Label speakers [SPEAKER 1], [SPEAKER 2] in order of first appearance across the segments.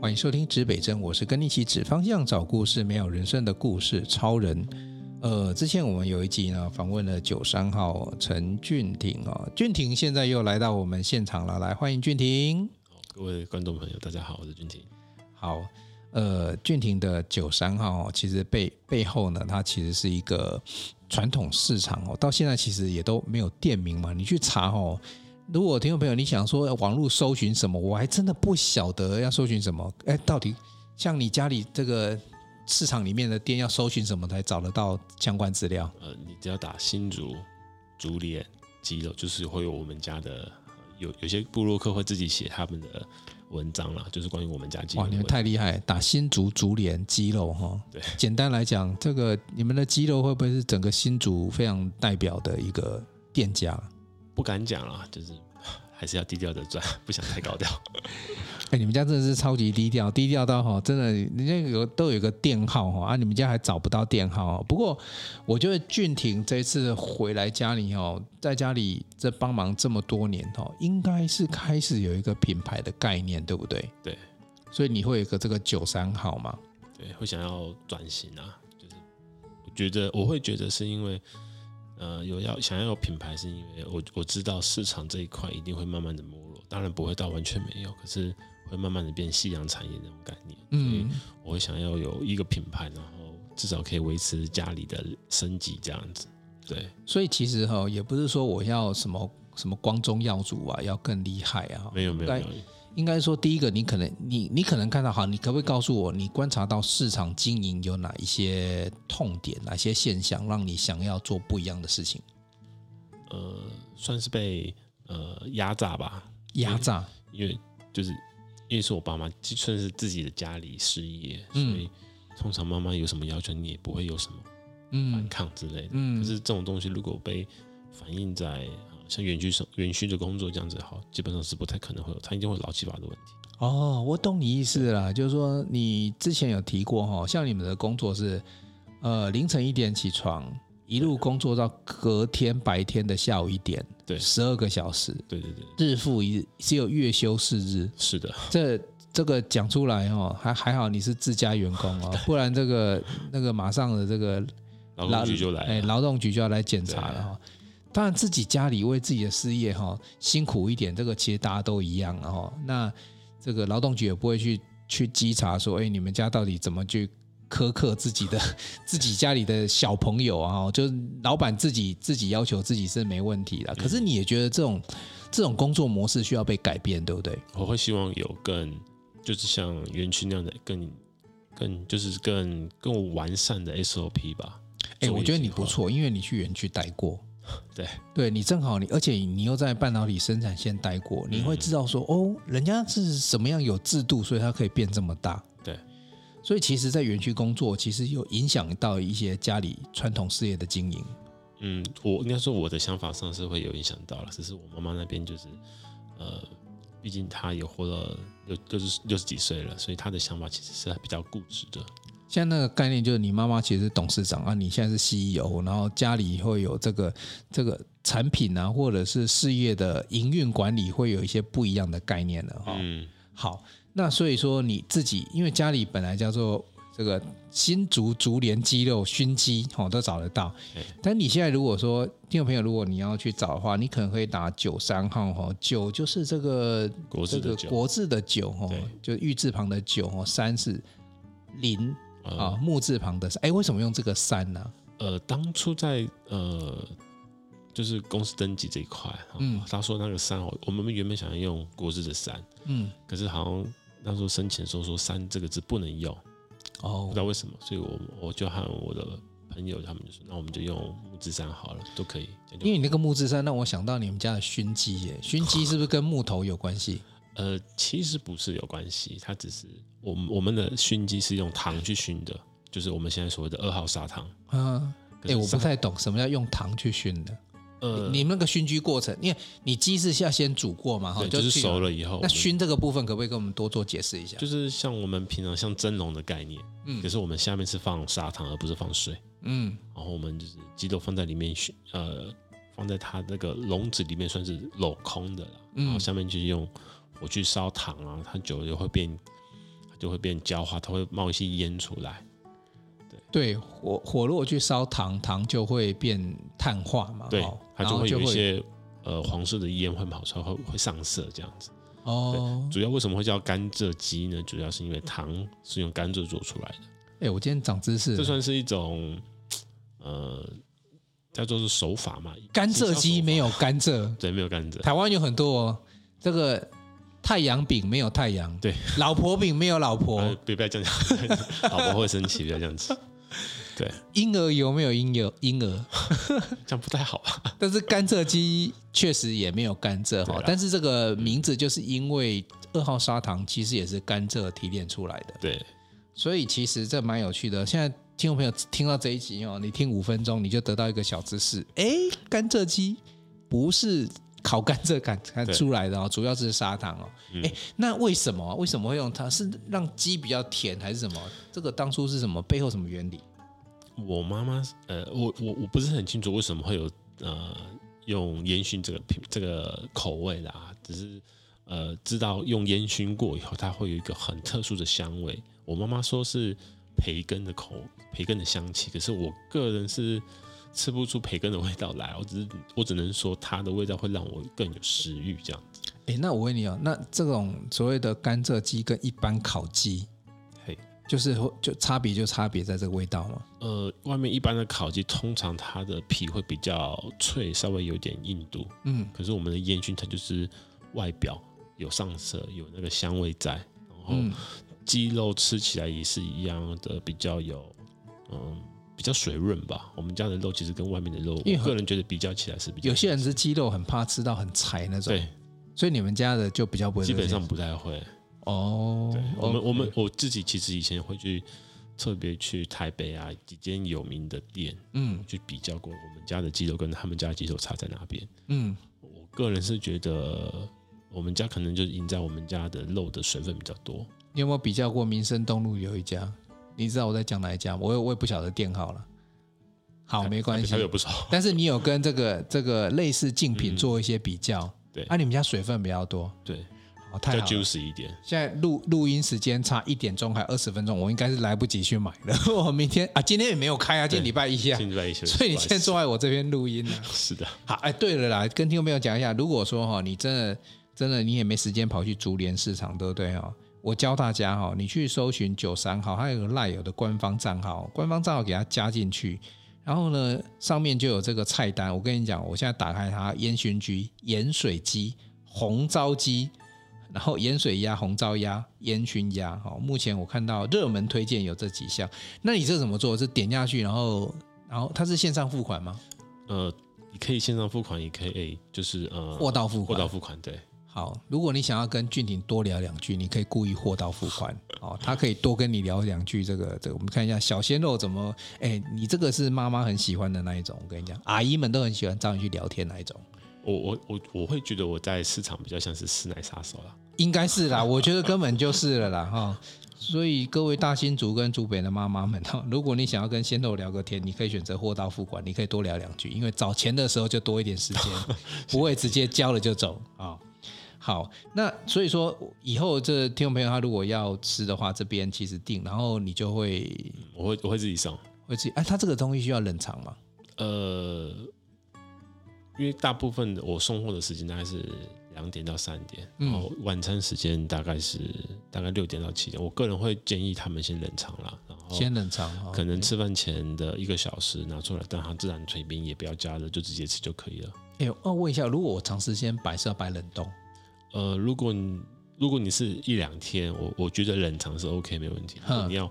[SPEAKER 1] 欢迎收听指北针，我是跟你一起指方向、找故事、没有人生的故事超人。呃，之前我们有一集呢，访问了九三号陈俊廷哦，俊廷现在又来到我们现场了，来欢迎俊廷。
[SPEAKER 2] 各位观众朋友，大家好，我是俊廷。
[SPEAKER 1] 好，呃，俊廷的九三号哦其实背背后呢，它其实是一个传统市场哦，到现在其实也都没有店名嘛。你去查哦，如果听众朋友你想说呃网络搜寻什么，我还真的不晓得要搜寻什么。哎，到底像你家里这个市场里面的店要搜寻什么才找得到相关资料？
[SPEAKER 2] 呃，你只要打新竹竹联鸡肉，就是会有我们家的呃有有些部落客会自己写他们的文章啦，就是关于我们家鸡肉
[SPEAKER 1] 哇，
[SPEAKER 2] 的
[SPEAKER 1] 你
[SPEAKER 2] 文
[SPEAKER 1] 们
[SPEAKER 2] 章。
[SPEAKER 1] 太厉害！打新竹竹联鸡肉哈，
[SPEAKER 2] 对，
[SPEAKER 1] 简单来讲，这个你们的鸡肉会不会是整个新竹非常代表的一个店家？
[SPEAKER 2] 不敢讲啦，就是还是要低调的赚， 不想太高调。
[SPEAKER 1] 哎、你们家真的是超级低调，低调到哈，真的，人家有都有个店号哈，啊，你们家还找不到店号哦。不过，我觉得俊廷这次回来家里哦，在家里这帮忙这么多年哦，应该是开始有一个品牌的概念，对不对？
[SPEAKER 2] 对，
[SPEAKER 1] 所以你会有一个这个九三号嘛？
[SPEAKER 2] 对，会想要转型啊，就是我觉得我会觉得是因为，呃，有要想要有品牌，是因为我我知道市场这一块一定会慢慢的没落，当然不会到完全没有，可是会慢慢的变夕阳产业那种概念。
[SPEAKER 1] 嗯，
[SPEAKER 2] 我会想要有一个品牌，然后至少可以维持家里的升级这样子。对，
[SPEAKER 1] 所以其实哈、也不是说我要什么什么光宗耀祖啊，要更厉害啊，
[SPEAKER 2] 没有没有
[SPEAKER 1] 该
[SPEAKER 2] 没有，
[SPEAKER 1] 应该说，第一个，你可能你你可能看到，好，你可不可以告诉我，你观察到市场经营有哪一些痛点，哪些现象，让你想要做不一样的事情？
[SPEAKER 2] 呃，算是被呃压榨吧，
[SPEAKER 1] 压榨，
[SPEAKER 2] 因为就是因为是我爸妈，就算是自己的家里事业，所
[SPEAKER 1] 嗯
[SPEAKER 2] 以通常妈妈有什么要求，你也不会有什么反
[SPEAKER 1] 嗯
[SPEAKER 2] 抗之类的。可
[SPEAKER 1] 嗯，
[SPEAKER 2] 是这种东西如果被反映在呃像园区生园区的工作这样子的话，基本上是不太可能会有，他一定会有劳基法的问题。
[SPEAKER 1] 哦，我懂你意思了啦，就是说你之前有提过哈，像你们的工作是，呃，凌晨一点起床，一路工作到隔天白天的下午一点，
[SPEAKER 2] 对
[SPEAKER 1] 十二个小时，
[SPEAKER 2] 对对对，
[SPEAKER 1] 日复一日，只有月休四日，
[SPEAKER 2] 是的，
[SPEAKER 1] 这这个讲出来哦，还还好你是自家员工 哦，不然这个那个马上的这个
[SPEAKER 2] 劳工局就来
[SPEAKER 1] 哎
[SPEAKER 2] 了。
[SPEAKER 1] 劳动局就要来检查了哈、哦。当然自己家里为自己的事业哈、哦、辛苦一点，这个其实大家都一样了哈、哦。那这个劳动局也不会去去稽查说，哎，你们家到底怎么去。苛刻自己的 自己家里的小朋友啊，哦就是老板自己自己要求自己是没问
[SPEAKER 2] 嗯
[SPEAKER 1] 题的。可是你也觉得这种这种工作模式需要被改变，对不对？
[SPEAKER 2] 我会希望有更就是像园区那样的更更就是更更完善的 SOP 吧。
[SPEAKER 1] 哎、
[SPEAKER 2] 作业
[SPEAKER 1] 我觉得你
[SPEAKER 2] 计划
[SPEAKER 1] 不错，因为你去园区待过，
[SPEAKER 2] 对
[SPEAKER 1] 对你正好你，而且你又在半导体生产线待过，你
[SPEAKER 2] 嗯
[SPEAKER 1] 会知道说、哦，人家是什么样有制度，所以它可以变这么大。
[SPEAKER 2] 对，
[SPEAKER 1] 所以其实，在园区工作，其实有影响到一些家里传统事业的经营。
[SPEAKER 2] 嗯，我应该说我的想法上是会有影响到了，只是我妈妈那边就是，呃，毕竟她也活了六六十六十几岁了，所以她的想法其实是比较固执的。
[SPEAKER 1] 现在那个概念就是，你妈妈其实是董事长啊，你现在是 CEO，然后家里会有这个这个产品啊，或者是事业的营运管理，会有一些不一样的概念了哈、哦。
[SPEAKER 2] 嗯，
[SPEAKER 1] 好，那所以说你自己，因为家里本来叫做这个新竹竹联鸡肉熏鸡，哦，都找得到
[SPEAKER 2] 对。
[SPEAKER 1] 但你现在如果说听众朋友，如果你要去找的话，你可能可以打九三号哦，九就是这个
[SPEAKER 2] 国
[SPEAKER 1] 这
[SPEAKER 2] 字
[SPEAKER 1] 个
[SPEAKER 2] 的酒，
[SPEAKER 1] 国字的九哦
[SPEAKER 2] 对，
[SPEAKER 1] 就玉字旁的九哦，三是零啊、
[SPEAKER 2] 呃
[SPEAKER 1] 木字旁的三。哎，为什么用这个三呢、
[SPEAKER 2] 呃，当初在呃，就是公司登记这一块，
[SPEAKER 1] 嗯
[SPEAKER 2] 嗯，他说那个三，我我们原本想要用国字的三，
[SPEAKER 1] 嗯，
[SPEAKER 2] 可是好像那时候申请的时候说“三”这个字不能用，不
[SPEAKER 1] 哦
[SPEAKER 2] 知，道为什么，所以我我就和我的朋友他们就说，那我们就用木字三好了，都可以。这样就
[SPEAKER 1] 因为你那个木字三让我想到你们家的熏鸡耶，熏
[SPEAKER 2] 哦
[SPEAKER 1] 鸡是不是跟木头有关系？
[SPEAKER 2] 呃，其实不是有关系，它只是我们我们的熏鸡是用糖去熏的，就是我们现在所谓的二号砂糖。
[SPEAKER 1] 啊，哎、
[SPEAKER 2] 可是
[SPEAKER 1] 我不
[SPEAKER 2] 三
[SPEAKER 1] 太懂什么叫用糖去熏的。
[SPEAKER 2] 呃，
[SPEAKER 1] 你们那个熏鸡过程，因为你鸡是要先煮过嘛，哈，
[SPEAKER 2] 对，就是
[SPEAKER 1] 去
[SPEAKER 2] 熟。了以后，
[SPEAKER 1] 那
[SPEAKER 2] 我们
[SPEAKER 1] 熏这个部分可不可以跟我们多做解释一下？
[SPEAKER 2] 就是像我们平常像蒸笼的概念，
[SPEAKER 1] 嗯
[SPEAKER 2] 可是我们下面是放砂糖而不是放水，
[SPEAKER 1] 嗯，
[SPEAKER 2] 然后我们就是鸡肉放在里面熏，呃，放在它那个笼子里面算是
[SPEAKER 1] 嗯
[SPEAKER 2] 镂空的啦，然后下面就是用我去烧糖啊，它久了就会变，它就会变焦化，它会冒一些烟出来。
[SPEAKER 1] 对火火如果去烧糖，糖就会变碳化嘛，
[SPEAKER 2] 对
[SPEAKER 1] 哦，
[SPEAKER 2] 它
[SPEAKER 1] 然
[SPEAKER 2] 就
[SPEAKER 1] 后
[SPEAKER 2] 会
[SPEAKER 1] 就
[SPEAKER 2] 有一些呃黄色的烟会跑出来，会会上色这样子。
[SPEAKER 1] 哦。
[SPEAKER 2] 主要为什么会叫甘蔗鸡呢？主要是因为糖是用甘蔗做出来的，
[SPEAKER 1] 哎，我今天长知识
[SPEAKER 2] 这
[SPEAKER 1] 了，
[SPEAKER 2] 算是一种呃叫做是手法嘛。
[SPEAKER 1] 甘蔗鸡没
[SPEAKER 2] 有
[SPEAKER 1] 有甘蔗，
[SPEAKER 2] 对，没有甘蔗，
[SPEAKER 1] 台湾有很多哦。这个太阳饼没有太阳，
[SPEAKER 2] 对，
[SPEAKER 1] 老婆饼没有老
[SPEAKER 2] 呃
[SPEAKER 1] 婆，
[SPEAKER 2] 别不要这样 讲，老婆会生气，不要这样子， 对，
[SPEAKER 1] 婴儿油没有婴儿婴儿，
[SPEAKER 2] 这样不太好啊吧？
[SPEAKER 1] 但是甘蔗鸡确实也没有甘蔗
[SPEAKER 2] 对啊
[SPEAKER 1] 哈
[SPEAKER 2] 啦。
[SPEAKER 1] 但是这个名字就是因为二号砂糖其实也是甘蔗提炼出来的。
[SPEAKER 2] 对，
[SPEAKER 1] 所以其实这蛮有趣的。现在听众朋友听到这一集哦，你听五分钟你就得到一个小知识，诶，甘蔗鸡不是烤甘蔗感才
[SPEAKER 2] 对嗯
[SPEAKER 1] 出来的哦，主要是砂糖哦。诶，那为什么为什么会用它？是让鸡比较甜还是什么？这个当初是什么背后什么原理？
[SPEAKER 2] 我妈妈呃，我我我不是很清楚为什么会有呃用烟熏这个品这个口味啦、只是呃知道用烟熏过以后，它会有一个很特殊的香味。我妈妈说是培根的口培根的香气，可是我个人是吃不出培根的味道来，我只是我只能说它的味道会让我更有食欲这样子。
[SPEAKER 1] 诶，那我问你哦，那这种所谓的甘蔗鸡跟一般烤鸡，
[SPEAKER 2] 嘿，
[SPEAKER 1] 就是会就差别就差别在这个味道吗？
[SPEAKER 2] 呃，外面一般的烤鸡，通常它的皮会比较脆，稍微有点硬度。
[SPEAKER 1] 嗯，
[SPEAKER 2] 可是我们的烟熏它就是外表有上色，有那个香味在，然后
[SPEAKER 1] 嗯
[SPEAKER 2] 鸡肉吃起来也是一样的，比较有嗯比较水润吧。我们家的肉其实跟外面的肉，
[SPEAKER 1] 因为
[SPEAKER 2] 我个人觉得比较起来是比较
[SPEAKER 1] 有些人吃鸡肉很怕吃到很柴那种，
[SPEAKER 2] 对，
[SPEAKER 1] 所以你们家的就比较不会
[SPEAKER 2] 基
[SPEAKER 1] 这
[SPEAKER 2] 本
[SPEAKER 1] 样
[SPEAKER 2] 上不太会。
[SPEAKER 1] 哦
[SPEAKER 2] 对，，我们
[SPEAKER 1] OK
[SPEAKER 2] 我们我自己其实以前会去特别去台北啊几间有名的店
[SPEAKER 1] 嗯
[SPEAKER 2] 去比较过我们家的鸡肉跟他们家的鸡肉差在哪边。
[SPEAKER 1] 嗯
[SPEAKER 2] 我个人是觉得我们家可能就赢在我们家的肉的水分比较多。
[SPEAKER 1] 你有没有比较过民生东路有一家？你知道我在讲哪一家吗？我也我也不晓得店号了。好，没关系
[SPEAKER 2] 台。北不少。
[SPEAKER 1] 但是你有跟这个这个类似竞品做一些比较，
[SPEAKER 2] 嗯对
[SPEAKER 1] 啊，你们家水分比较多，
[SPEAKER 2] 对，
[SPEAKER 1] 好，
[SPEAKER 2] 比
[SPEAKER 1] 太
[SPEAKER 2] 较
[SPEAKER 1] 好了。
[SPEAKER 2] juicy 一点。
[SPEAKER 1] 现在录录音时间差一点钟还二十分钟，我应该是来不及去买了。 我明天啊，今天也没有开啊，今天礼拜一啊，
[SPEAKER 2] 现在一些，
[SPEAKER 1] 所以你现在坐在我这边录音啊。
[SPEAKER 2] 是的，
[SPEAKER 1] 好，哎，对了啦，跟听众朋友讲一下，如果说哈、你真的真的你也没时间跑去竹联市场，对不对哈、哦？我教大家哈、你去搜寻九三号，它有个赖友的官方账号，官方账号给它加进去，然后呢，上面就有这个菜单。我跟你讲，我现在打开它，烟熏鸡、盐水鸡、红糟鸡，然后盐水鸭、红糟鸭、烟熏鸭。哈、目前我看到热门推荐有这几项。那你这怎么做？是点下去，然后然后它是线上付款吗？
[SPEAKER 2] 呃，你可以线上付款，也可以就是呃，
[SPEAKER 1] 货到付款
[SPEAKER 2] 货。到付款，对，
[SPEAKER 1] 好，如果你想要跟俊廷多聊两句，你可以故意货到付款哦，他可以多跟你聊两句。这个，这个，我们看一下小鲜肉怎么，哎，你这个是妈妈很喜欢的那一种，我跟你讲，阿姨们都很喜欢找你去聊天那一种，
[SPEAKER 2] 我我我我会觉得我在市场比较像是师奶杀手啦。
[SPEAKER 1] 应该是啦，我觉得根本就是了啦哈、所以各位大新竹跟竹北的妈妈们，哦如果你想要跟鲜肉聊个天，你可以选择货到付款，你可以多聊两句，因为找钱的时候就多一点 时间，不会直接交了就走啊。好，那所以说以后这听众朋友他如果要吃的话，这边其实订，然后你就会
[SPEAKER 2] 嗯我会我会自己送，
[SPEAKER 1] 会自己哎，他这个东西需要冷藏吗？
[SPEAKER 2] 呃，因为大部分的我送货的时间大概是两点到三点，
[SPEAKER 1] 嗯
[SPEAKER 2] 然后晚餐时间大概是大概六点到七点。我个人会建议他们先冷藏啦，然后
[SPEAKER 1] 先冷藏哦
[SPEAKER 2] 可能吃饭前的一个小时拿出来，让它自然退冰，也不要加热，就直接吃就可以了。
[SPEAKER 1] 哎，我问一下，如果我长时间摆是要摆冷冻，
[SPEAKER 2] 呃，如果你如果你是一两天，我我觉得冷藏是 OK 没问题。如
[SPEAKER 1] 哼
[SPEAKER 2] 果你要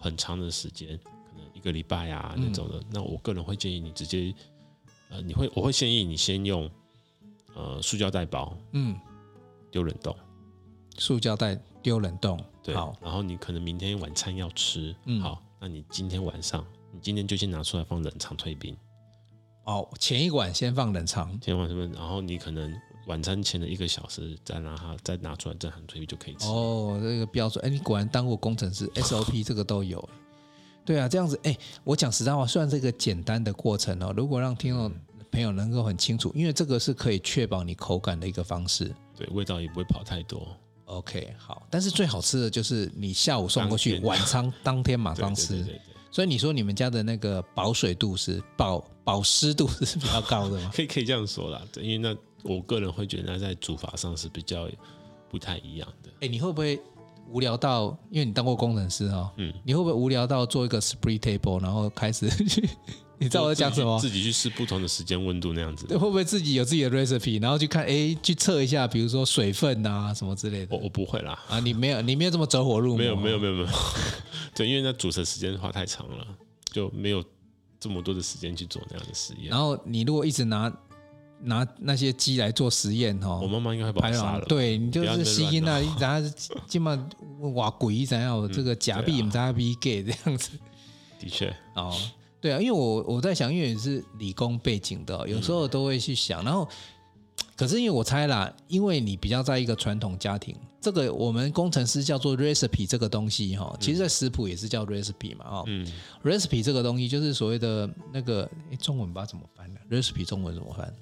[SPEAKER 2] 很长的时间，可能一个礼拜啊那种
[SPEAKER 1] 嗯
[SPEAKER 2] 的，那我个人会建议你直接，呃，你会我会建议你先用呃塑胶袋包
[SPEAKER 1] 嗯，
[SPEAKER 2] 丢冷冻，
[SPEAKER 1] 塑胶袋丢冷冻，
[SPEAKER 2] 对，
[SPEAKER 1] 好，
[SPEAKER 2] 然后你可能明天晚餐要吃，
[SPEAKER 1] 嗯
[SPEAKER 2] 好，那你今天晚上你今天就先拿出来放冷藏退冰，
[SPEAKER 1] 哦，前一晚先放冷藏，
[SPEAKER 2] 今天晚上，然后你可能晚餐前的一个小时再拿它再拿出来再含退冰就可以吃。
[SPEAKER 1] 哦，这个标准，哎，你果然当过工程师 ，SOP 这个都有。欸对啊，这样子，哎，我讲实在话，虽然这个简单的过程哦，如果让听
[SPEAKER 2] 嗯
[SPEAKER 1] 众朋友能够很清楚，因为这个是可以确保你口感的一个方式。
[SPEAKER 2] 对，味道也不会跑太多。
[SPEAKER 1] OK，好，但是最好吃的就是你下午送过去，
[SPEAKER 2] 当天
[SPEAKER 1] 晚餐当天马
[SPEAKER 2] 对
[SPEAKER 1] 上
[SPEAKER 2] 对
[SPEAKER 1] 吃
[SPEAKER 2] 对。对对
[SPEAKER 1] 所以你说你们家的那个保水度是保保湿度是比较高的吗？
[SPEAKER 2] 可以可以这样说啦，对，因为那我个人会觉得那在煮法上是比较不太一样的。
[SPEAKER 1] 哎、你会不会无聊到？因为你当过工程师哦，
[SPEAKER 2] 嗯
[SPEAKER 1] 你会不会无聊到做一个 split table，然后开始去？ 你知道我在讲什么？
[SPEAKER 2] 自己去试不同的时间温度那样子。
[SPEAKER 1] 对，会不会自己有自己的 recipe，然后去看？哎，去测一下，比如说水分啊什么之类的
[SPEAKER 2] 我我不会啦，
[SPEAKER 1] 啊？你没有，你没有这么走火入魔？哦
[SPEAKER 2] 没有没有。没有没有， 对，因为那煮的时间花太长了，就没有这么多的时间去做那样的实验。
[SPEAKER 1] 然后你如果一直拿拿那些鸡来做实验
[SPEAKER 2] 我
[SPEAKER 1] 哦，
[SPEAKER 2] 妈妈应该会把我
[SPEAKER 1] 排
[SPEAKER 2] 杀
[SPEAKER 1] 卵
[SPEAKER 2] 了。
[SPEAKER 1] 对你就
[SPEAKER 2] 不要
[SPEAKER 1] 是
[SPEAKER 2] 在那
[SPEAKER 1] 吸
[SPEAKER 2] 乱
[SPEAKER 1] 金啊，
[SPEAKER 2] 闹
[SPEAKER 1] 你拿 基本上哇鬼怎样？这个假币
[SPEAKER 2] 对啊
[SPEAKER 1] 你扎币给这样子。
[SPEAKER 2] 的确，
[SPEAKER 1] 哦，对啊，因为我我在想，因为你是理工背景的哦、有时候都会去想，然后。可是因为我猜啦，因为你比较在一个传统家庭，这个我们工程师叫做 recipe 这个东西哈、其实在食谱也是叫 recipe 嘛哦、
[SPEAKER 2] 嗯，
[SPEAKER 1] recipe 这个东西就是所谓的那个诶中文吧怎么翻呢、recipe 中文怎么翻？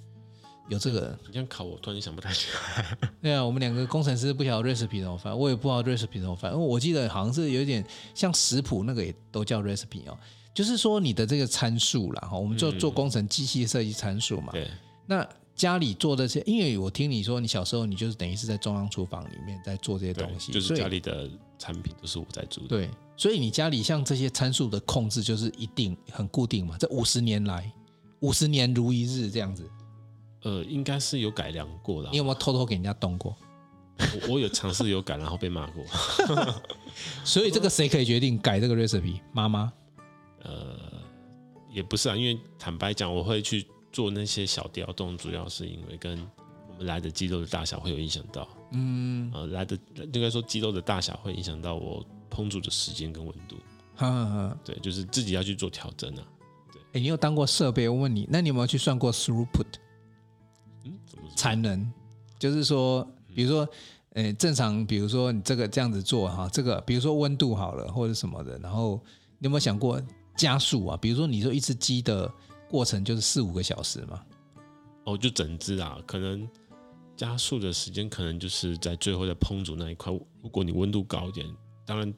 [SPEAKER 1] 有这个
[SPEAKER 2] 你这样考我，突然想不太起来。
[SPEAKER 1] 对啊，我们两个工程师不晓得 recipe 怎么翻，我也不知道 recipe 怎么翻，因为我记得好像是有一点像食谱那个也都叫 recipe 哦，就是说你的这个参数啦，哈，我们做做工程机器设计参数嘛。
[SPEAKER 2] 嗯对，
[SPEAKER 1] 那家里做的这些，因为我听你说你小时候你就是等于是在中央厨房里面在做这些
[SPEAKER 2] 对
[SPEAKER 1] 东，西，
[SPEAKER 2] 就是
[SPEAKER 1] 所以
[SPEAKER 2] 家里的产品都是我在煮的。
[SPEAKER 1] 对，所以你家里像这些参数的控制就是一定很固定嘛，这五十年来。五十年如一日这样子，
[SPEAKER 2] 呃，应该是有改良过啦
[SPEAKER 1] 你。有没有偷偷给人家动过？
[SPEAKER 2] 我我有尝试有改，然后被骂过。
[SPEAKER 1] 所以这个谁可以决定改这个 recipe？妈妈
[SPEAKER 2] 也不是啊，因为坦白讲，我会去做那些小调动，主要是因为跟我们来的肌肉的大小会有影响到。嗯，呃，来的应该说肌肉的大小会影响到我烹煮的时间跟温度。
[SPEAKER 1] 哈哈哈，
[SPEAKER 2] 对，就是自己要去做调整啊。
[SPEAKER 1] 哎、你有当过设备？我问你，那你有没有去算过 throughput
[SPEAKER 2] 嗯，怎么说
[SPEAKER 1] 产能？就是说，比如说，呃，正常，比如说你这个这样子做哈，这个比如说温度好了或者什么的，然后你有没有想过加速啊？比如说你说一只鸡的过程就是四五个小时嘛，
[SPEAKER 2] 哦，就整只啊，可能加速的时间可能就是在最后的烹煮那一块。如果你温度高一点，当然，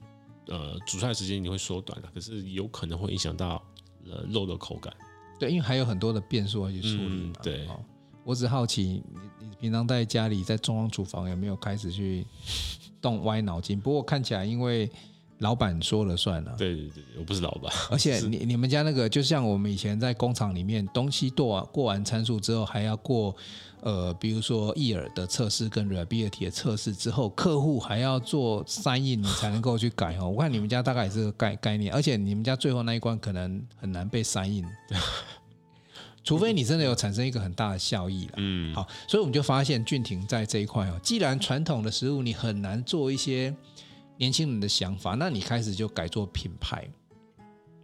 [SPEAKER 2] 呃，煮出来的时间你会缩短了，可是有可能会影响到呃肉的口感。
[SPEAKER 1] 对，因为还有很多的变数要去处理嘛。
[SPEAKER 2] 嗯对
[SPEAKER 1] 哦我只好奇你你平常在家里在中央厨房有没有开始去动歪脑筋？不过看起来因为老板说了算啊了、
[SPEAKER 2] 对对对，我不是老板。
[SPEAKER 1] 而且你你们家那个，就像我们以前在工厂里面，东西过完过完参数之后，还要过呃，比如说伊尔的测试跟 reliability 的测试之后，客户还要做 sign in 你才能够去改哦。我看你们家大概也是个概概念，而且你们家最后那一关可能很难被 sign in，除非你真的有产生一个很大的效益啦。
[SPEAKER 2] 嗯，
[SPEAKER 1] 好，所以我们就发现俊廷在这一块哦，既然传统的食物你很难做一些年轻人的想法，那你开始就改做品牌。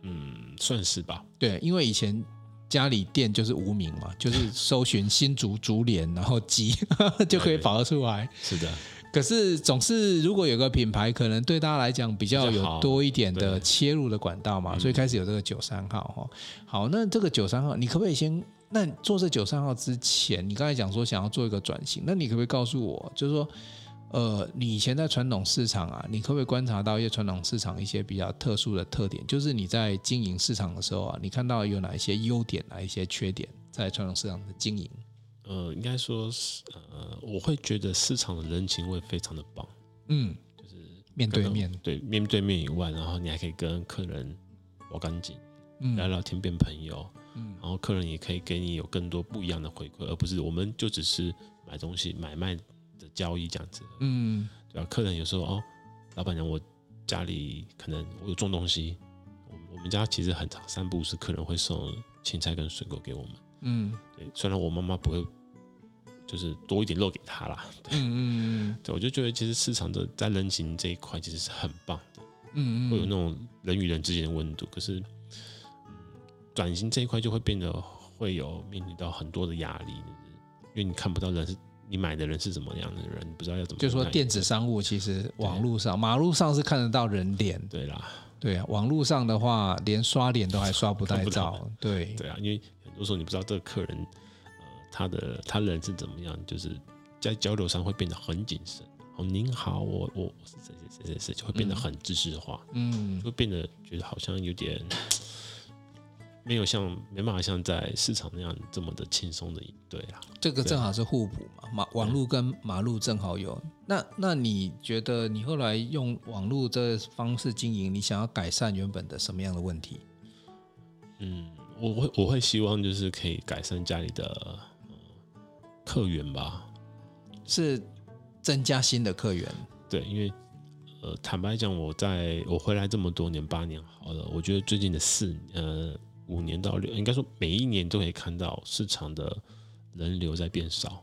[SPEAKER 2] 嗯，算是吧。
[SPEAKER 1] 对，因为以前家里店就是无名嘛，就是搜寻新竹竹联，然后鸡 就可以跑得出来。
[SPEAKER 2] 是的，
[SPEAKER 1] 可是总是如果有个品牌，可能对大家来讲比较
[SPEAKER 2] 比较
[SPEAKER 1] 有
[SPEAKER 2] 好
[SPEAKER 1] 多一点的
[SPEAKER 2] 对嗯
[SPEAKER 1] 切入的管道嘛，所以开始有这个九三号哈。好，那这个九三号，你可不可以先？那做这九三号之前，你刚才讲说想要做一个转型，那你可不可以告诉我，就是说，呃，你以前在传统市场啊，你可不可以观察到一些传统市场一些比较特殊的特点？就是你在经营市场的时候啊，你看到有哪一些优点，哪一些缺点，在传统市场的经营？
[SPEAKER 2] 呃，应该说是呃，我会觉得市场的人情味非常的棒。
[SPEAKER 1] 嗯，就是面对面，
[SPEAKER 2] 对，面对面以外，然后你还可以跟客人玩干净，
[SPEAKER 1] 嗯
[SPEAKER 2] 聊聊天变朋友，
[SPEAKER 1] 嗯
[SPEAKER 2] 然后客人也可以给你有更多不一样的回馈，而不是我们就只是买东西买卖的交易这样子。
[SPEAKER 1] 嗯
[SPEAKER 2] 对啊，客人有时候哦，老板娘，我家里可能我有种东西，我我们家其实很常三不五时客人会送青菜跟水果给我们。
[SPEAKER 1] 嗯
[SPEAKER 2] 对，虽然我妈妈不会，就是多一点肉给她啦。
[SPEAKER 1] 嗯嗯
[SPEAKER 2] 对，我就觉得其实市场的在人情这一块其实是很棒的，
[SPEAKER 1] 嗯
[SPEAKER 2] 会有那
[SPEAKER 1] 嗯，
[SPEAKER 2] 种人与人之间的温度。可是，嗯转型这一块就会变得会有面临到很多的压力，因为你看不到人是你买的人是怎么样的人，你不知道要怎么
[SPEAKER 1] 就说
[SPEAKER 2] 跟他
[SPEAKER 1] 电子商务其实网络上、马路上是看得到人脸，
[SPEAKER 2] 对啦，
[SPEAKER 1] 对啊，网络上的话连刷脸都还刷不太
[SPEAKER 2] 看不到
[SPEAKER 1] 到，对，
[SPEAKER 2] 对啊，因为很多时候你不知道这个客人，呃，他的他人是怎么样，就是在交流上会变得很谨慎。哦，您好，我我我是谁谁谁谁谁，就会变得很知识化，
[SPEAKER 1] 嗯
[SPEAKER 2] 就会变得觉得好像有点没有像没办法像在市场那样这么的轻松的应对啦。
[SPEAKER 1] 这个正好是互补嘛，马网路跟马路正好有。那那你觉得你后来用网路这方式经营，你想要改善原本的什么样的问题？
[SPEAKER 2] 嗯，我会我会希望就是可以改善家里的、呃客源吧。
[SPEAKER 1] 是增加新的客源，
[SPEAKER 2] 对，因为呃，坦白讲，我在我回来这么多年，八年好了，我觉得最近的四呃五年到六，应该说每一年都可以看到市场的人流在变少。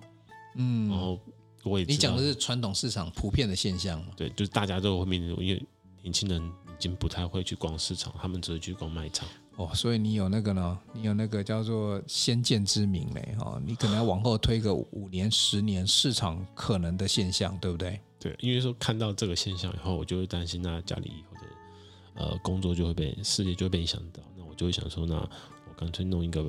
[SPEAKER 2] 嗯，然后我也
[SPEAKER 1] 你
[SPEAKER 2] 知道
[SPEAKER 1] 讲的是传统市场普遍的现象嘛？
[SPEAKER 2] 对，就是大家都会面临，因为年轻人已经不太会去逛市场，他们只会去逛卖场。
[SPEAKER 1] 哦，所以你有那个呢，你有那个叫做先见之明嘞，哦，你可能要往后推个五年、十年，市场可能的现象，对不对？
[SPEAKER 2] 对，因为说看到这个现象以后，我就会担心，那家里以后的呃工作就会被事业就会被影响到。那我就会想说，那我干脆弄一个、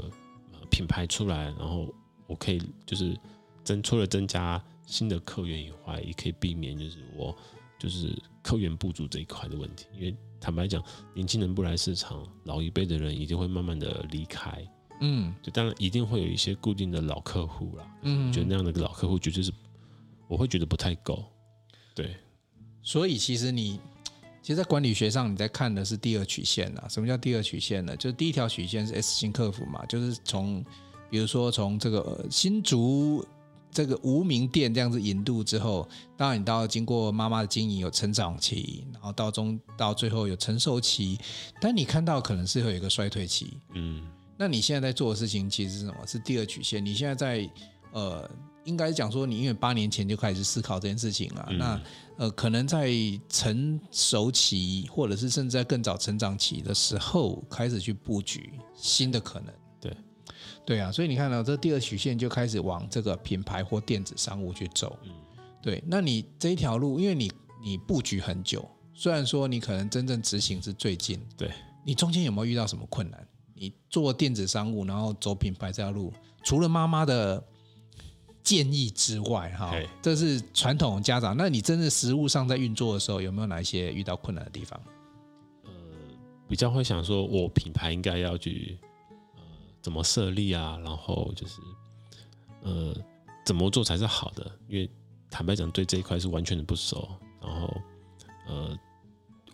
[SPEAKER 2] 呃、品牌出来，然后我可以就是增除了增加新的客源以外，也可以避免就是我就是客源不足这一块的问题。因为坦白讲，年轻人不来市场，老一辈的人一定会慢慢的离开。
[SPEAKER 1] 嗯
[SPEAKER 2] 就当然一定会有一些固定的老客户啦，我
[SPEAKER 1] 嗯
[SPEAKER 2] 觉得那样的老客户绝对是我会觉得不太够。对，
[SPEAKER 1] 所以其实你，其实，在管理学上，你在看的是第二曲线啊。什么叫第二曲线呢？就是第一条曲线是 S 型客服嘛，就是从，比如说从这个呃新竹这个无名店这样子引渡之后，当然你到经过妈妈的经营有成长期，然后到中到最后有成熟期，但你看到可能是会有一个衰退期。
[SPEAKER 2] 嗯，
[SPEAKER 1] 那你现在在做的事情其实是什么？是第二曲线。你现在在呃，应该讲说你因为八年前就开始思考这件事情了。那呃，可能在成熟期，或者是甚至在更早成长期的时候，开始去布局新的可能。
[SPEAKER 2] 对，
[SPEAKER 1] 对啊，所以你看到、这第二曲线就开始往这个品牌或电子商务去走。嗯，对。那你这一条路，因为你你布局很久，虽然说你可能真正执行是最近，
[SPEAKER 2] 对，
[SPEAKER 1] 你中间有没有遇到什么困难？你做电子商务，然后走品牌这条路，除了妈妈的建议之外，哈
[SPEAKER 2] 嘿，
[SPEAKER 1] 这是传统家长。那你真的实物上在运作的时候，有没有哪一些遇到困难的地方？
[SPEAKER 2] 比较会想说我品牌应该要去呃怎么设立啊，然后就是呃怎么做才是好的，因为坦白讲对这一块是完全的不熟。然后呃，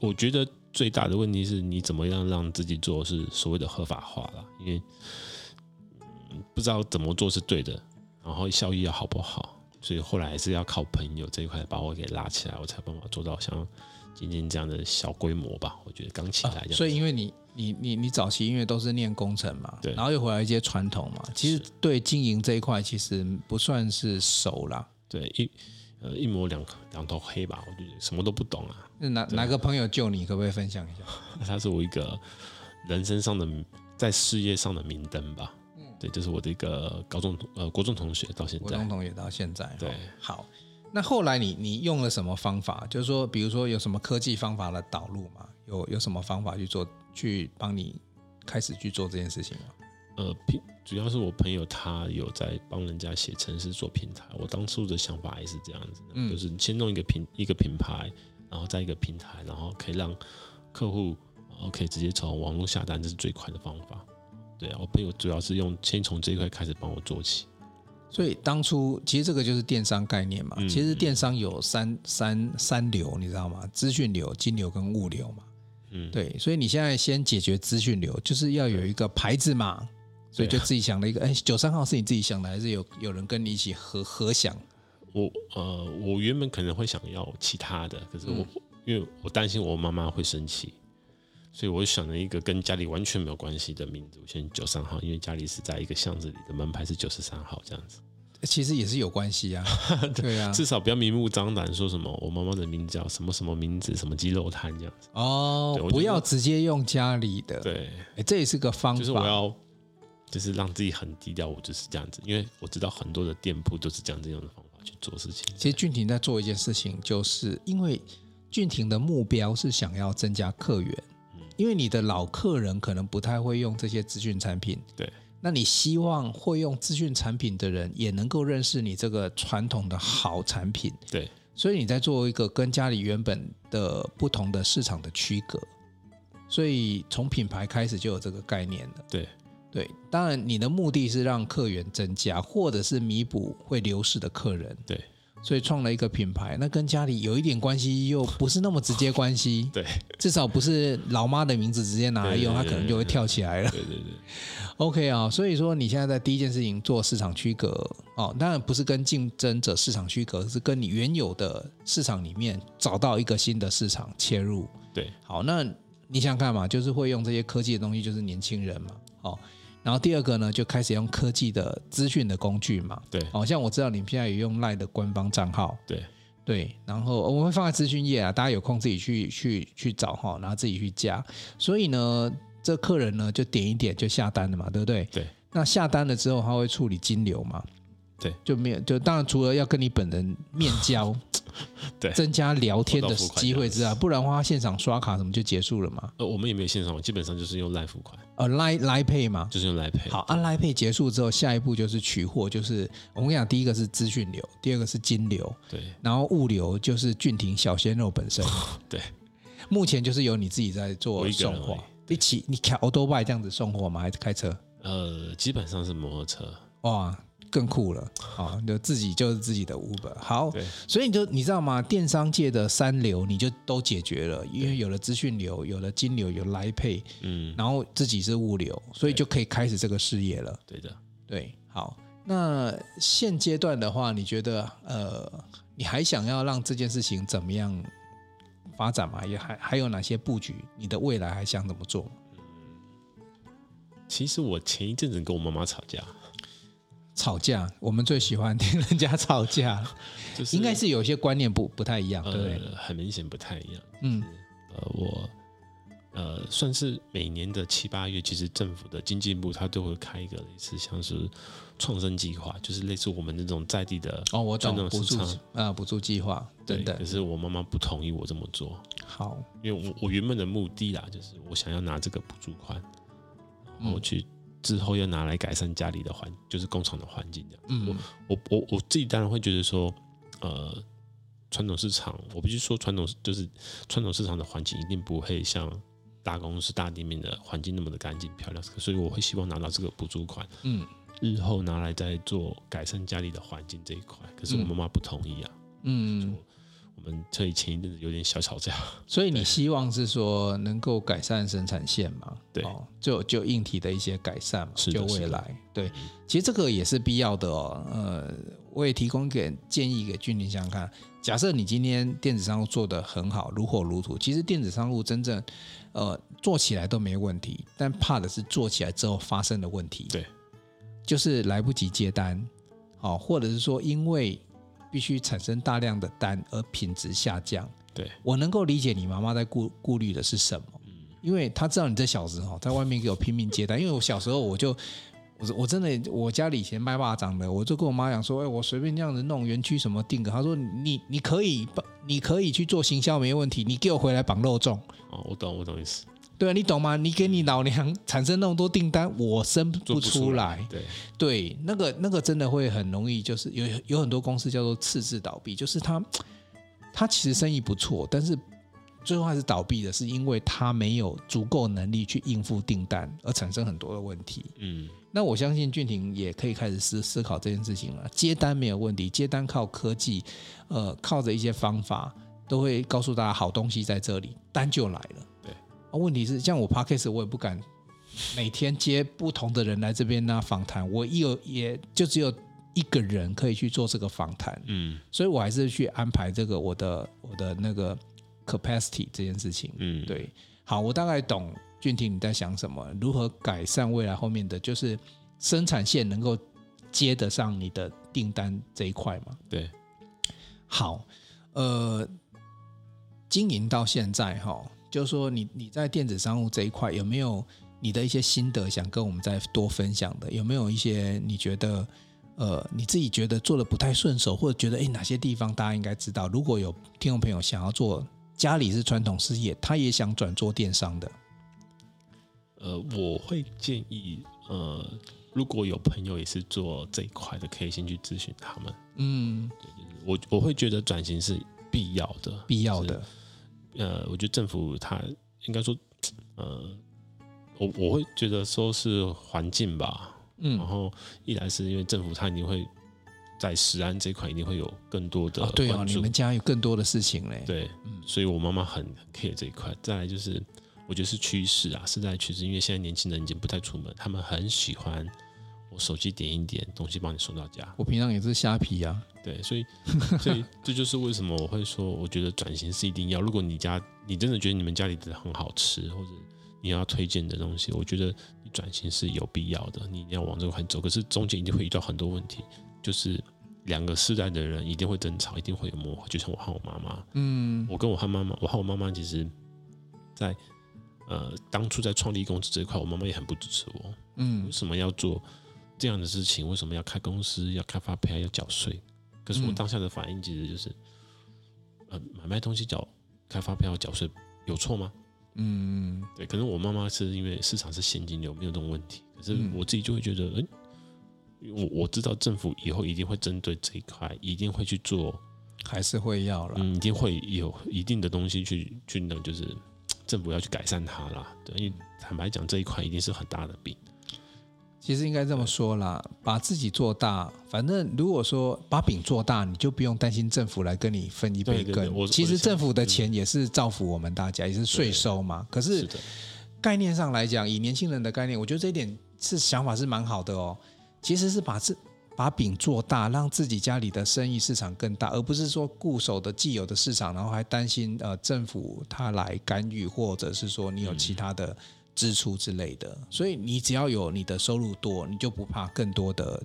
[SPEAKER 2] 我觉得最大的问题是你怎么样让自己做是所谓的合法化啦，因为、嗯不知道怎么做是对的，然后效益要好不好。所以后来还是要靠朋友这一块把我给拉起来，我才有办法做到像今天这样的小规模吧。我觉得刚起来这样子、
[SPEAKER 1] 啊所以，因为你你你你早期因为都是念工程嘛，
[SPEAKER 2] 对
[SPEAKER 1] 然后又回来一些传统嘛，其实对经营这一块其实不算是熟啦。
[SPEAKER 2] 对一呃一模两两头黑吧，我就什么都不懂啊。
[SPEAKER 1] 那哪哪个朋友救你？可不可以分享一下？
[SPEAKER 2] 他是我一个人生上的在事业上的明灯吧。对，这、是我的一个高中同呃国中同学到现
[SPEAKER 1] 嗯国
[SPEAKER 2] 在
[SPEAKER 1] 中，同学到现在，
[SPEAKER 2] 对
[SPEAKER 1] 哦好。那后来你你用了什么方法？就是说，比如说有什么科技方法的导入吗？有有什么方法去做，去帮你开始去做这件事情吗？
[SPEAKER 2] 呃，平主要是我朋友他有在帮人家写城市做平台，我当初的想法也是这样子的，
[SPEAKER 1] 嗯
[SPEAKER 2] 就是先弄一个平一个品牌，然后再一个平台，然后可以让客户然后可以直接从网络下单，这是最快的方法。对啊，我朋友主要是用先从这一块开始帮我做起。
[SPEAKER 1] 所以当初其实这个就是电商概念嘛。
[SPEAKER 2] 嗯
[SPEAKER 1] 其实电商有三三三流，你知道吗？资讯流、金流跟物流嘛。
[SPEAKER 2] 嗯
[SPEAKER 1] 对，所以你现在先解决资讯流，就是要有一个牌子嘛。
[SPEAKER 2] 啊
[SPEAKER 1] 所以就自己想了一个，哎，九三号是你自己想的，还是有有人跟你一起合合想？
[SPEAKER 2] 我呃，我原本可能会想要其他的，可是我、
[SPEAKER 1] 嗯
[SPEAKER 2] 因为我担心我妈妈会生气，所以我就想了一个跟家里完全没有关系的名字，我选九三号，因为家里是在一个巷子里的门牌是九十三号这样子，
[SPEAKER 1] 其实也是有关 系啊。对啊，
[SPEAKER 2] 至少不要明目张胆说什么我妈妈的名字叫什么什么名字，什么鸡肉摊这样子。
[SPEAKER 1] 哦
[SPEAKER 2] 对，我就
[SPEAKER 1] 不
[SPEAKER 2] 是
[SPEAKER 1] 要直接用家里的，
[SPEAKER 2] 对，
[SPEAKER 1] 诶这也是个方法。
[SPEAKER 2] 就是我要就是让自己很低调，我就是这样子，因为我知道很多的店铺都是这样这样的方法去做事情。
[SPEAKER 1] 其实俊廷在做一件事情，就是因为俊廷的目标是想要增加客源，
[SPEAKER 2] 嗯
[SPEAKER 1] 因为你的老客人可能不太会用这些资讯产品，
[SPEAKER 2] 对，
[SPEAKER 1] 那你希望会用资讯产品的人也能够认识你这个传统的好产品，
[SPEAKER 2] 对，
[SPEAKER 1] 所以你在做一个跟家里原本的不同的市场的区隔，所以从品牌开始就有这个概念了。
[SPEAKER 2] 对
[SPEAKER 1] 对，当然你的目的是让客源增加，或者是弥补会流失的客人。
[SPEAKER 2] 对，。
[SPEAKER 1] 所以创了一个品牌，那跟家里有一点关系，又不是那么直接关系
[SPEAKER 2] 对，
[SPEAKER 1] 至少不是老妈的名字直接拿来用，她可能就会跳起来了。
[SPEAKER 2] 对对对，
[SPEAKER 1] OK 啊，所以说你现在在第一件事情做市场区隔哦，当然不是跟竞争者市场区隔，是跟你原有的市场里面找到一个新的市场切入。
[SPEAKER 2] 对，
[SPEAKER 1] 好，那你想想看嘛，就是会用这些科技的东西，就是年轻人嘛，哦，然后第二个呢，就开始用科技的资讯的工具嘛，
[SPEAKER 2] 对
[SPEAKER 1] 好、像我知道你们现在也用赖的官方账号，
[SPEAKER 2] 对
[SPEAKER 1] 对，然后我们会放在资讯页啊，大家有空自己去去去找哈，然后自己去加。所以呢，这客人呢就点一点就下单了嘛，对不对？
[SPEAKER 2] 对。
[SPEAKER 1] 那下单了之后，他会处理金流嘛？
[SPEAKER 2] 对，，
[SPEAKER 1] 就没有就当然除了要跟你本人面交
[SPEAKER 2] 对
[SPEAKER 1] 增加聊天的
[SPEAKER 2] 货到付款
[SPEAKER 1] 机会之
[SPEAKER 2] 这
[SPEAKER 1] 外，
[SPEAKER 2] 样子
[SPEAKER 1] 不然的话他现场刷卡什么就结束了嘛。
[SPEAKER 2] 呃，我们也没有现场，我基本上就是用 Line 付款，
[SPEAKER 1] 呃，Line Line Pay 嘛，
[SPEAKER 2] 就是用 Line Pay。
[SPEAKER 1] 好，按 Line Pay 结束之后，下一步就是取货，就是我跟你讲，第一个是资讯流，第二个是金流，
[SPEAKER 2] 对
[SPEAKER 1] 然后物流就是俊廷小鲜肉本 身。
[SPEAKER 2] 对，
[SPEAKER 1] 目前就是由你自己在
[SPEAKER 2] 我
[SPEAKER 1] 做
[SPEAKER 2] 一个人
[SPEAKER 1] 送货
[SPEAKER 2] 而已，
[SPEAKER 1] 一起你开 o d o b i 这样子送货吗？还是开车？
[SPEAKER 2] 呃，基本上是摩托车。
[SPEAKER 1] 哇，更酷了！好，就自己就是自己的 Uber。好，
[SPEAKER 2] 对
[SPEAKER 1] 所以你就你知道吗？电商界的三流你就都解决了，因为有了资讯流，有了金流，有 Line Pay，
[SPEAKER 2] 嗯，
[SPEAKER 1] 然后自己是物流，所以
[SPEAKER 2] 对
[SPEAKER 1] 就可以开始这个事业了。
[SPEAKER 2] 对的。
[SPEAKER 1] 对，好，那现阶段的话，你觉得呃，你还想要让这件事情怎么样发展吗？也还还有哪些布局？你的未来还想怎么做？
[SPEAKER 2] 其实我前一阵子跟我妈妈吵架，
[SPEAKER 1] 吵架，我们最喜欢听人家吵架，
[SPEAKER 2] 就是
[SPEAKER 1] 应该是有些观念不不太一样，对不对？
[SPEAKER 2] 呃，很明显不太一样。
[SPEAKER 1] 嗯，
[SPEAKER 2] 呃，我呃算是每年的七八月，其实政府的经济部它都会开一个类似像是创生计划，就是类似我们这种在地的
[SPEAKER 1] 哦，我懂
[SPEAKER 2] 传统
[SPEAKER 1] 补
[SPEAKER 2] 市
[SPEAKER 1] 助
[SPEAKER 2] 场。
[SPEAKER 1] 啊，补助计划等等
[SPEAKER 2] 可。是我妈妈不同意我这么做，
[SPEAKER 1] 好，
[SPEAKER 2] 因为我我原本的目的啦，就是我想要拿这个补助款，然后去之后要拿来改善家里的环，就是工厂的环境这样。
[SPEAKER 1] 嗯
[SPEAKER 2] 我我我自己当然会觉得说，呃，传统市场，我必须说传统就是传统市场的环境一定不会像大公司大店面的环境那么的干净漂亮，所以我会希望拿到这个补助款，
[SPEAKER 1] 嗯
[SPEAKER 2] 日后拿来再做改善家里的环境这一块。可是我妈妈不同意啊，
[SPEAKER 1] 嗯，
[SPEAKER 2] 我们所以前一阵子有点小吵架。
[SPEAKER 1] 所以你希望是说能够改善生产线嘛？
[SPEAKER 2] 对
[SPEAKER 1] 哦、就就硬体的一些改善嘛，
[SPEAKER 2] 是的
[SPEAKER 1] 就是未
[SPEAKER 2] 的嗯
[SPEAKER 1] 来对，其实这个也是必要的哦。呃，我也提供给建议给俊林想想看，假设你今天电子商务做得很好，如火如荼，其实电子商务真正呃做起来都没问题，但怕的是做起来之后发生的问题。
[SPEAKER 2] 对，
[SPEAKER 1] 就是来不及接单，哦，或者是说因为必须产生大量的单而品质下降。
[SPEAKER 2] 对，
[SPEAKER 1] 我能够理解你妈妈在顾顾虑的是什么，因为她知道你这小子哈，在外面给我拼命接单。因为我小时候我就，我我真的我家里以前卖蚂蚱的，我就跟我妈讲说，哎，我随便这样子弄园区什么定个，她说你你可以你可以去做行销没问题，你给我回来绑肉粽，
[SPEAKER 2] 哦，我懂，我懂意思，
[SPEAKER 1] 对啊，你懂吗？你给你老娘产生那么多订单，我生
[SPEAKER 2] 做
[SPEAKER 1] 不出来。
[SPEAKER 2] 对，
[SPEAKER 1] 对，那个那个真的会很容易，就是有有很多公司叫做次字倒闭，就是他他其实生意不错，但是最后还是倒闭的，是因为他没有足够能力去应付订单，而产生很多的问题。
[SPEAKER 2] 嗯，
[SPEAKER 1] 那我相信俊廷也可以开始思思考这件事情了。接单没有问题，接单靠科技，呃，靠着一些方法，都会告诉大家好东西在这里，单就来了。
[SPEAKER 2] 对
[SPEAKER 1] 啊，问题是像我 p a c k a s e 我也不敢每天接不同的人来这边呢、访谈，我一有也就只有一个人可以去做这个访谈，
[SPEAKER 2] 嗯，
[SPEAKER 1] 所以我还是去安排这个我的我的那个 capacity 这件事情。
[SPEAKER 2] 嗯，，
[SPEAKER 1] 对，好，我大概懂俊廷你在想什么，如何改善未来后面的就是生产线能够接得上你的订单这一块嘛？
[SPEAKER 2] 对，
[SPEAKER 1] 好，呃，经营到现在哈、就是说你你在电子商务这一块有没有你的一些心得想跟我们再多分享的？有没有一些你觉得？呃，你自己觉得做的不太顺手，或者觉得诶哎哪些地方大家应该知道？如果有听众朋友想要做家里是传统事业，他也想转做电商的。
[SPEAKER 2] 呃，我会建议，呃，如果有朋友也是做这一块的，可以先去咨询他们，
[SPEAKER 1] 嗯，
[SPEAKER 2] 对，就是我我会觉得转型是必要的，
[SPEAKER 1] 必要的。
[SPEAKER 2] 呃，我觉得政府它应该说，呃，我我会觉得说是环境吧，然
[SPEAKER 1] 嗯，
[SPEAKER 2] 后一来是因为政府它一定会在食安这一块一定会有更多的
[SPEAKER 1] 哦，对哦，
[SPEAKER 2] 关
[SPEAKER 1] 你
[SPEAKER 2] 注，
[SPEAKER 1] 们家有更多的事情嘞。嗯
[SPEAKER 2] 对，所以我妈妈很 care 这一块。再来就是，我觉得是趋势啊，时代趋势，因为现在年轻人已经不太出门，他们很喜欢我手机点一点，东西帮你送到家。
[SPEAKER 1] 我平常也是虾皮啊，
[SPEAKER 2] 对，所以所以这就是为什么我会说，我觉得转型是一定要。如果你家你真的觉得你们家里的很好吃，或者你要推荐的东西，我觉得你转型是有必要的，你一定要往这个方向走。可是中间一定会遇到很多问题，就是两个世代的人一定会争吵，一定会有磨合。就像我和我妈妈，
[SPEAKER 1] 嗯，
[SPEAKER 2] 我跟我和妈妈，我和我妈妈其实在，呃当初在创立公司这一块，我妈妈也很不支持我。为
[SPEAKER 1] 嗯，
[SPEAKER 2] 什么要做这样的事情？为什么要开公司？要开发票？要缴税？可是我
[SPEAKER 1] 嗯
[SPEAKER 2] 当下的反应其实就是，呃，买卖东西缴开发票缴税有错吗？
[SPEAKER 1] 嗯，
[SPEAKER 2] 对，可能我妈妈是因为市场是现金流，没有这种问题。可是
[SPEAKER 1] 嗯
[SPEAKER 2] 我自己就会觉得，嗯、我我知道政府以后一定会针对这一块，一定会去做
[SPEAKER 1] 还是会要啦。
[SPEAKER 2] 嗯，一定会有一定的东西去去那个，就是嘖政府要去改善它啦。对，因为坦白讲，这一块一定是很大的病。
[SPEAKER 1] 其实应该这么说啦，把自己做大。反正如果说把饼做大，你就不用担心政府来跟你分一杯
[SPEAKER 2] 对对对
[SPEAKER 1] 羹
[SPEAKER 2] 我。
[SPEAKER 1] 其
[SPEAKER 2] 我
[SPEAKER 1] 实
[SPEAKER 2] 的想
[SPEAKER 1] 政府的
[SPEAKER 2] 法是
[SPEAKER 1] 钱也是造福我们大家，也是税
[SPEAKER 2] 对
[SPEAKER 1] 收嘛。可是
[SPEAKER 2] 是的，
[SPEAKER 1] 概念上来讲，以年轻人的概念，我觉得这一点是想法是蛮好的哦。其实是把自把饼做大，让自己家里的生意市场更大，而不是说固守的既有的市场，然后还担心呃政府他来干预，或者是说你有其他的支出之类的。所以你只要有你的收入多，你就不怕更多的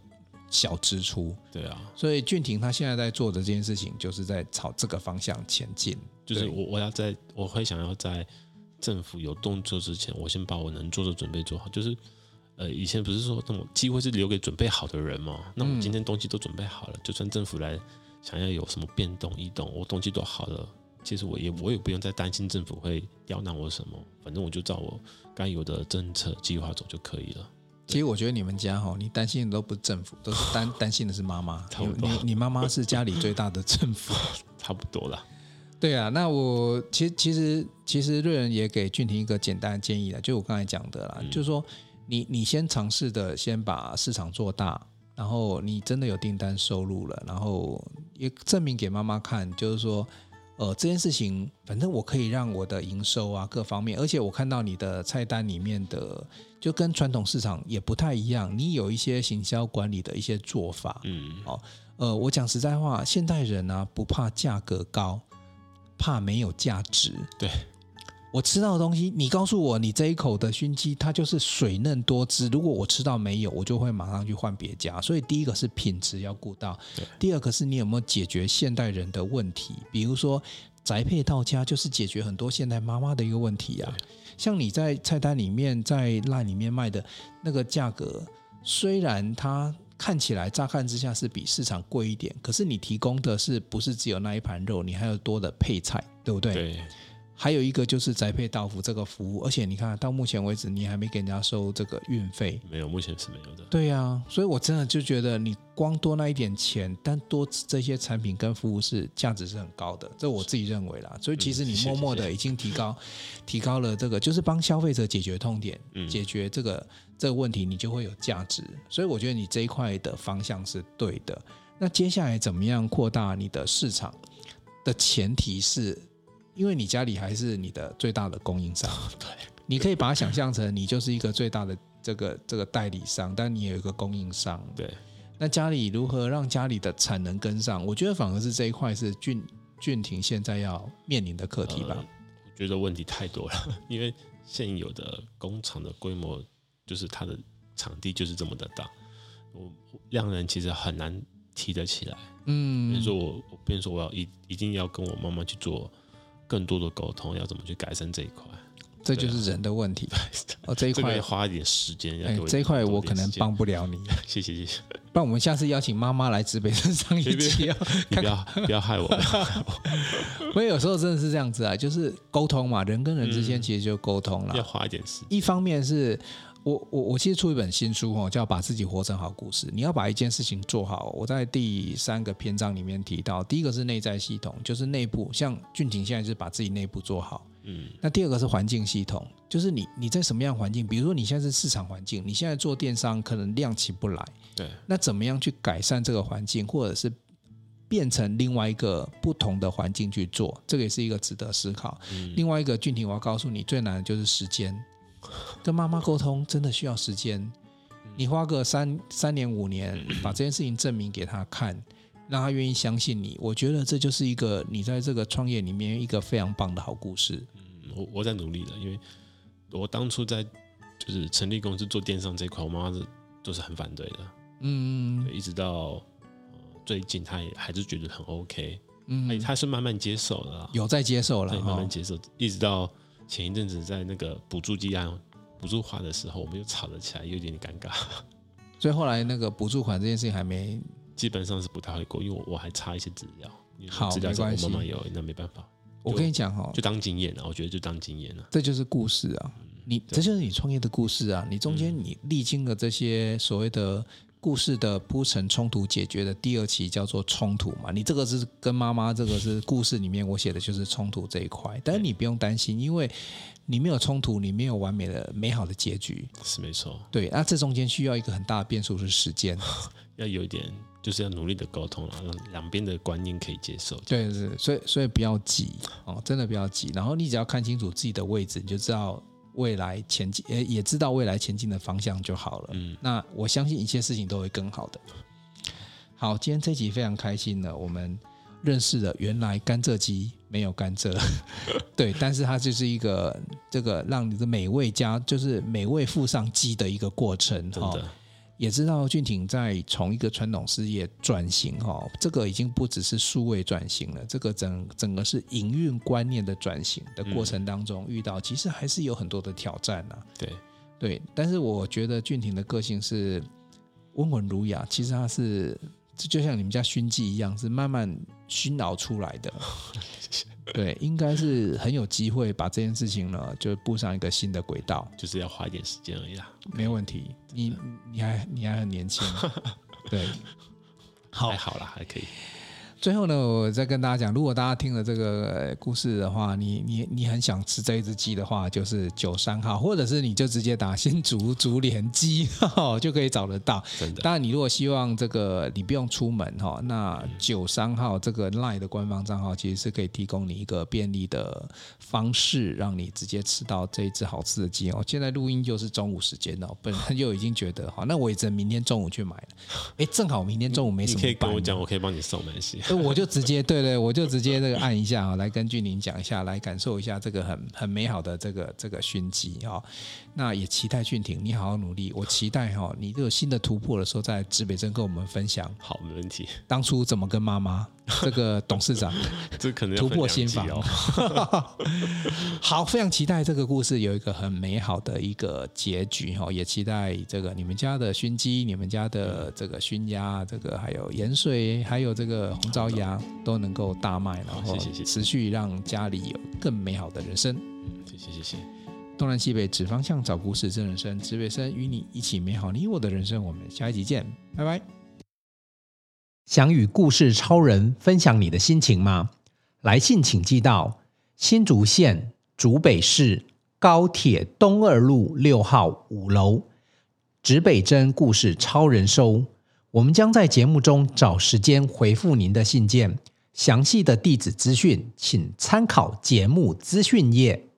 [SPEAKER 1] 小支出。
[SPEAKER 2] 对啊，
[SPEAKER 1] 所以俊廷他现在在做的这件事情，就是在朝这个方向前进。
[SPEAKER 2] 就是
[SPEAKER 1] 对
[SPEAKER 2] 我我要在我会想要在政府有动作之前，我先把我能做的准备做好。就是呃，以前不是说那种机会是留给准备好的人嘛？那
[SPEAKER 1] 嗯
[SPEAKER 2] 我今天东西都准备好了，就算政府来想要有什么变动异动，我东西都好了。其实我也我也不用再担心政府会刁难我什么，反正我就照我该有的政策计划走就可以了。
[SPEAKER 1] 其实我觉得你们家哈，你担心的都不是政府，都是担担心的是妈妈。
[SPEAKER 2] 差
[SPEAKER 1] 你
[SPEAKER 2] 不多
[SPEAKER 1] 你你妈妈是家里最大的政府。
[SPEAKER 2] 差不多啦。
[SPEAKER 1] 对啊，那我其实其实其实瑞仁也给俊廷一个简单的建议啦，就我刚才讲的啦，就是说你你先尝试的先把市场做大，然后你真的有订单收入了，然后也证明给妈妈看，就是说。呃，这件事情，反正我可以让我的营收啊各方面，而且我看到你的菜单里面的，就跟传统市场也不太一样，你有一些行销管理的一些做法，
[SPEAKER 2] 嗯，
[SPEAKER 1] 呃，我讲实在话，现代人啊不怕价格高，怕没有价值。
[SPEAKER 2] 对，
[SPEAKER 1] 我吃到的东西，你告诉我你这一口的熏鸡，它就是水嫩多汁。如果我吃到没有，我就会马上去换别家。所以第一个是品质要顾到
[SPEAKER 2] 对，
[SPEAKER 1] 第二个是你有没有解决现代人的问题，比如说宅配到家就是解决很多现代妈妈的一个问题啊。像你在菜单里面、在 line 里面卖的那个价格，虽然它看起来乍看之下是比市场贵一点，可是你提供的是不是只有那一盘肉，你还有多的配菜，对不对？
[SPEAKER 2] 对，
[SPEAKER 1] 还有一个就是宅配到府这个服务，而且你看到目前为止，你还没给人家收这个运费。
[SPEAKER 2] 没有，目前是没有的。
[SPEAKER 1] 对呀、啊所以我真的就觉得你光多那一点钱，但多这些产品跟服务是价值是很高的，这我自己认为啦。所以其实
[SPEAKER 2] 嗯
[SPEAKER 1] 你
[SPEAKER 2] 谢谢
[SPEAKER 1] 默默
[SPEAKER 2] 谢
[SPEAKER 1] 的
[SPEAKER 2] 谢
[SPEAKER 1] 已经提高，提高了这个，就是帮消费者解决痛点，
[SPEAKER 2] 嗯
[SPEAKER 1] 解决这个这个问题，你就会有价值。所以我觉得你这一块的方向是对的。那接下来怎么样扩大你的市场的前提是，因为你家里还是你的最大的供应商，
[SPEAKER 2] 哦对，
[SPEAKER 1] 你可以把它想象成你就是一个最大的这个这个代理商，但你也有一个供应商。
[SPEAKER 2] 对，
[SPEAKER 1] 那家里如何让家里的产能跟上？我觉得反而是这一块是俊俊廷现在要面临的课题吧。
[SPEAKER 2] 呃我觉得问题太多了， 因为现有的工厂的规模，就是它的场地就是这么的大，我量人其实很难提得起来。比如
[SPEAKER 1] 嗯，
[SPEAKER 2] 说我，我比如说我要一一定要跟我妈妈去做更多的沟通，要怎么去改善这一块，
[SPEAKER 1] 这就是人的问题。哦，这一
[SPEAKER 2] 啊这个
[SPEAKER 1] 块
[SPEAKER 2] 要，花一点时间。要
[SPEAKER 1] 哎
[SPEAKER 2] 给，我
[SPEAKER 1] 这一块
[SPEAKER 2] 多
[SPEAKER 1] 我
[SPEAKER 2] 点
[SPEAKER 1] 可能
[SPEAKER 2] 时间。
[SPEAKER 1] 帮不了你。
[SPEAKER 2] 谢谢谢谢，
[SPEAKER 1] 不然我们下次邀请妈妈来指北山上一起啊。
[SPEAKER 2] 你不要不要害我。
[SPEAKER 1] 因为有时候真的是这
[SPEAKER 2] 嗯
[SPEAKER 1] 样子啊，就是沟通嘛，人跟人之间其实就沟通啦。
[SPEAKER 2] 要花一点时间。
[SPEAKER 1] 一方面是我我我其实出一本新书哦，叫《把自己活成好故事》。你要把一件事情做好，我在第三个篇章里面提到，第一个是内在系统，就是内部，像俊廷现在是把自己内部做好。
[SPEAKER 2] 嗯
[SPEAKER 1] 那第二个是环境系统，就是你你在什么样的环境，比如说你现在是市场环境，你现在做电商可能量起不来，
[SPEAKER 2] 对，
[SPEAKER 1] 那怎么样去改善这个环境，或者是变成另外一个不同的环境去做，这个也是一个值得思考。
[SPEAKER 2] 嗯
[SPEAKER 1] 另外一个俊廷，我要告诉你，最难的就是时 间，跟妈妈沟通真的需要时间。你花个三三年五年，
[SPEAKER 2] 嗯
[SPEAKER 1] 把这件事情证明给他看，让他愿意相信你。我觉得这就是一个你在这个创业里面一个非常棒的好故事。
[SPEAKER 2] 嗯我我在努力的，因为我当初在就是成立公司做电商这一块，我妈妈是都是很反对的，
[SPEAKER 1] 嗯
[SPEAKER 2] 对一直到、呃最近她也还是觉得很 OK，她、
[SPEAKER 1] 嗯，
[SPEAKER 2] 她是慢慢接受的啦，
[SPEAKER 1] 有哦在接受了
[SPEAKER 2] 她也慢
[SPEAKER 1] 哈
[SPEAKER 2] 慢。接受，一直到前一阵子在那个补助计案补助化的时候，我们又吵了起来，有点尴尬，
[SPEAKER 1] 所以后来那个补助款这件事情还没
[SPEAKER 2] 基本上是不太会过，因为我我还差一些资料，因为
[SPEAKER 1] 好
[SPEAKER 2] 资料
[SPEAKER 1] 没
[SPEAKER 2] 是我
[SPEAKER 1] 关系
[SPEAKER 2] 妈妈有，那没办法，
[SPEAKER 1] 我跟你讲哦，
[SPEAKER 2] 就当经验了，我觉得就当经验了。
[SPEAKER 1] 这就是故事啊，你这就是你创业的故事啊。你中间你历经了这些所谓的故事的铺陈、冲突解决的第二期叫做冲突嘛，你这个是跟妈妈这个是故事里面我写的就是冲突这一块，但是你不用担心，因为你没有冲突，你没有完美的美好的结局。
[SPEAKER 2] 是没错，
[SPEAKER 1] 对，那这中间需要一个很大的变数是时间。
[SPEAKER 2] 要有一点，就是要努力的沟通了，让两边的观念可以接受。
[SPEAKER 1] 对，是，所以所以不要急哦，真的不要急。然后你只要看清楚自己的位置，你就知道未来前进，呃也也知道未来前进的方向就好了。
[SPEAKER 2] 嗯，
[SPEAKER 1] 那我相信一切事情都会更好的。好，今天这集非常开心呢，我们认识了原来甘蔗鸡没有甘蔗， 对，但是它就是一个这个让你的美味加就是美味附上鸡的一个过程哦
[SPEAKER 2] 真
[SPEAKER 1] 哈。
[SPEAKER 2] 的，
[SPEAKER 1] 也知道俊廷在从一个传统事业转型哦，这个已经不只是数位转型了，这个整整个是营运观念的转型的过程当中遇到，其实还是有很多的挑战啊。
[SPEAKER 2] 对，
[SPEAKER 1] 对，但是我觉得俊廷的个性是温文儒雅，其实他是就就像你们家熏鸡一样，是慢慢熏熬出来的。对，应该是很有机会把这件事情呢，就步上一个新的轨道。
[SPEAKER 2] 就是要花一点时间而已啦。
[SPEAKER 1] 没问题，你你还你还很年轻，对。好
[SPEAKER 2] 还，好啦，还可以。
[SPEAKER 1] 最后呢，我再跟大家讲，如果大家听了这个呃故事的话，你你你很想吃这一只鸡的话，就是九三号，或者是你就直接打新竹竹联鸡、哦、就可以找得到。
[SPEAKER 2] 真的，
[SPEAKER 1] 当然，你如果希望这个你不用出门哈、哦，那九三号这个 LINE 的官方账号其实是可以提供你一个便利的方式，让你直接吃到这一只好吃的鸡哦。现在录音就是中午时间哦，本身就已经觉得哈，那我也只能明天中午去买了。哎，正好明天中午没
[SPEAKER 2] 你
[SPEAKER 1] 什么
[SPEAKER 2] 可以跟
[SPEAKER 1] 班
[SPEAKER 2] 我讲，我可以帮你送没关系。
[SPEAKER 1] 所以我就直接对对，我就直接这个按一下啊，来跟俊林讲一下，来感受一下这个很很美好的这个这个熏鸡啊、哦。那也期待俊廷你好好努力，我期待哈、哦、你有新的突破的时候，在指北针跟我们分享
[SPEAKER 2] 好，没问题。
[SPEAKER 1] 当初怎么跟妈妈这个董事长
[SPEAKER 2] 这可能要
[SPEAKER 1] 突
[SPEAKER 2] 分
[SPEAKER 1] 破
[SPEAKER 2] 两集
[SPEAKER 1] 心法
[SPEAKER 2] 哦。。
[SPEAKER 1] 好，非常期待这个故事有一个很美好的一个结局哈、哦，也期待这个你们家的熏鸡、你们家的
[SPEAKER 2] 嗯
[SPEAKER 1] 这个熏鸭、这个还有盐水、还有这个红糟鸭都能够大卖，然后
[SPEAKER 2] 谢谢谢谢
[SPEAKER 1] 持续让家里有更美好的人生。
[SPEAKER 2] 嗯谢谢谢谢，
[SPEAKER 1] 东南西北指方向，找故事真人生，指北生与你一起美好你我的人生。我们下一集见，拜拜。想与故事超人分享你的心情吗？来信请寄到新竹县竹北市高铁东二路六号五楼，指北针故事超人收。我们将在节目中找时间回复您的信件，详细的地址资讯请参考节目资讯页。